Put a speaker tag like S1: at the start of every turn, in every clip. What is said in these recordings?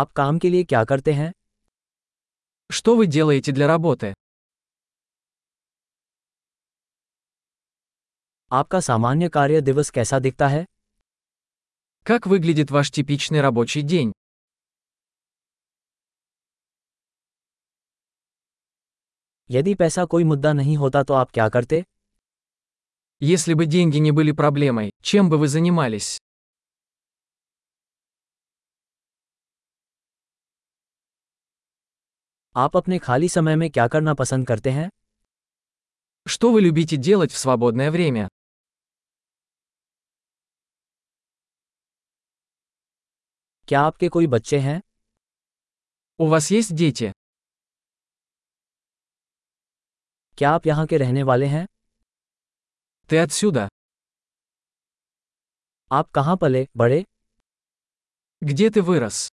S1: आप काम के लिए क्या करते हैं
S2: Что вы делаете для работы?
S1: आपका सामान्य कार्य दिवस कैसा दिखता है
S2: Как выглядит ваш типичный рабочий день?
S1: यदि पैसा कोई मुद्दा नहीं होता तो आप क्या करते
S2: Если бы деньги не были проблемой, чем бы вы занимались?
S1: आप अपने खाली समय में क्या करना पसंद करते हैं
S2: Что вы любите делать в свободное время?
S1: क्या आपके कोई बच्चे हैं
S2: У вас есть дети?
S1: क्या आप यहाँ के रहने वाले हैं
S2: Ты отсюда?
S1: आप कहाँ पले बड़े
S2: Где ты вырос?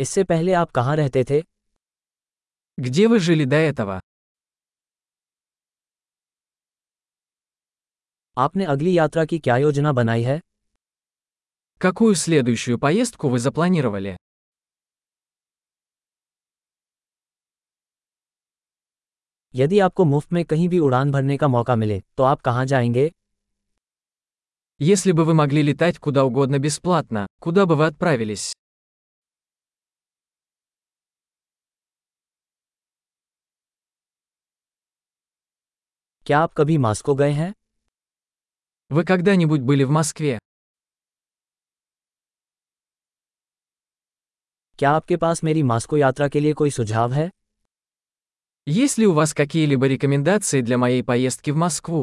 S1: इससे पहले आप कहाँ रहते थे
S2: Где вы жили до этого?
S1: आपने अगली यात्रा की क्या योजना बनाई है
S2: Какую следующую поездку вы запланировали?
S1: यदि आपको मुफ्त में कहीं भी उड़ान भरने का मौका मिले तो आप कहाँ जाएंगे
S2: Если бы вы могли летать куда угодно бесплатно, куда бы вы отправились?
S1: क्या आप कभी मास्को गए हैं
S2: Вы когда-нибудь были в Москве?
S1: क्या आपके पास मेरी मास्को यात्रा के लिए कोई सुझाव है
S2: Есть ли у вас какие-либо рекомендации для моей поездки в Москву?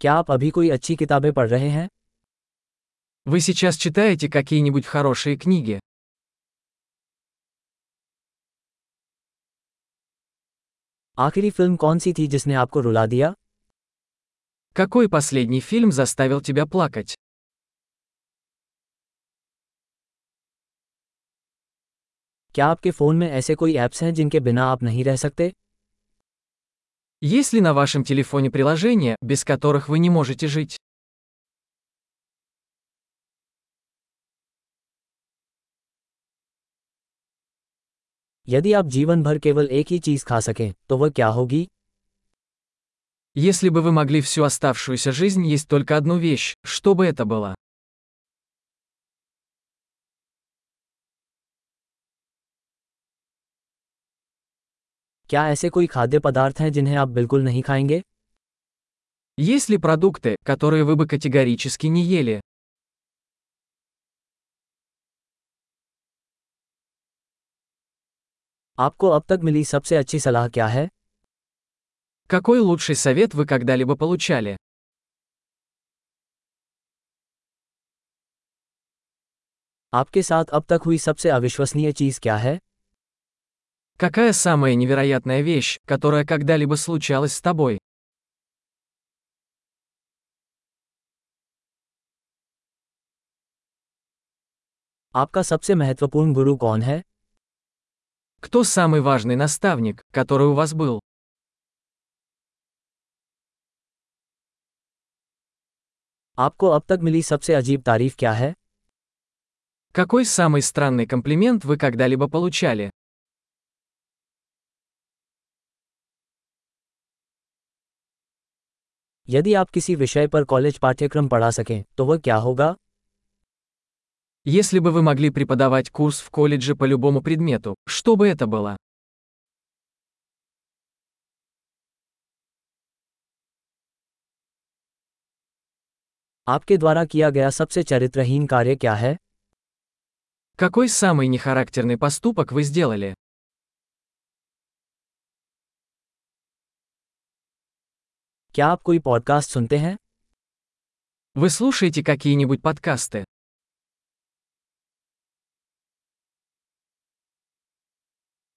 S1: क्या आप अभी कोई अच्छी किताबें पढ़ रहे हैं
S2: Вы сейчас читаете какие-нибудь хорошие книги?
S1: आखिरी फिल्म कौन सी थी जिसने आपको रुला दिया
S2: Какой последний фильм заставил тебя плакать?
S1: क्या आपके फ़ोन में ऐसे कोई ऐप्स हैं जिनके बिना आप नहीं रह सकते
S2: Есть ли на вашем телефоне приложения, без которых вы не можете жить?
S1: यदि आप जीवन भर केवल एक ही चीज़ खा सकें तो वह क्या होगी
S2: Если бы вы могли всю оставшуюся жизнь есть только одну вещь, что бы это было?
S1: क्या ऐसे कोई खाद्य पदार्थ हैं जिन्हें आप बिल्कुल नहीं खाएंगे
S2: Есть ли продукты, которые вы бы категорически не ели?
S1: आपको अब तक मिली सबसे अच्छी सलाह क्या है
S2: Какой лучший совет вы когда-либо получали?
S1: आपके साथ अब तक हुई सबसे अविश्वसनीय चीज़ क्या है
S2: Какая самая невероятная вещь, которая когда-либо случалась с тобой?
S1: आपका सबसे महत्वपूर्ण गुरु कौन है
S2: Кто самый важный наставник, который у вас был?
S1: आपको अब तक मिली सबसे अजीब तारीफ क्या है
S2: Какой самый странный комплимент вы когда-либо получали?
S1: यदि आप किसी विषय पर कॉलेज पाठ्यक्रम पढ़ा सकें तो वह क्या होगा
S2: Если бы вы могли преподавать курс в колледже по любому предмету, что бы это было?
S1: आपके द्वारा किया गया सबसे चरित्रहीन कार्य क्या है
S2: Какой самый нехарактерный поступок вы сделали?
S1: क्या आप कोई पॉडकास्ट सुनते हैं
S2: Вы слушаете какие-нибудь подкасты?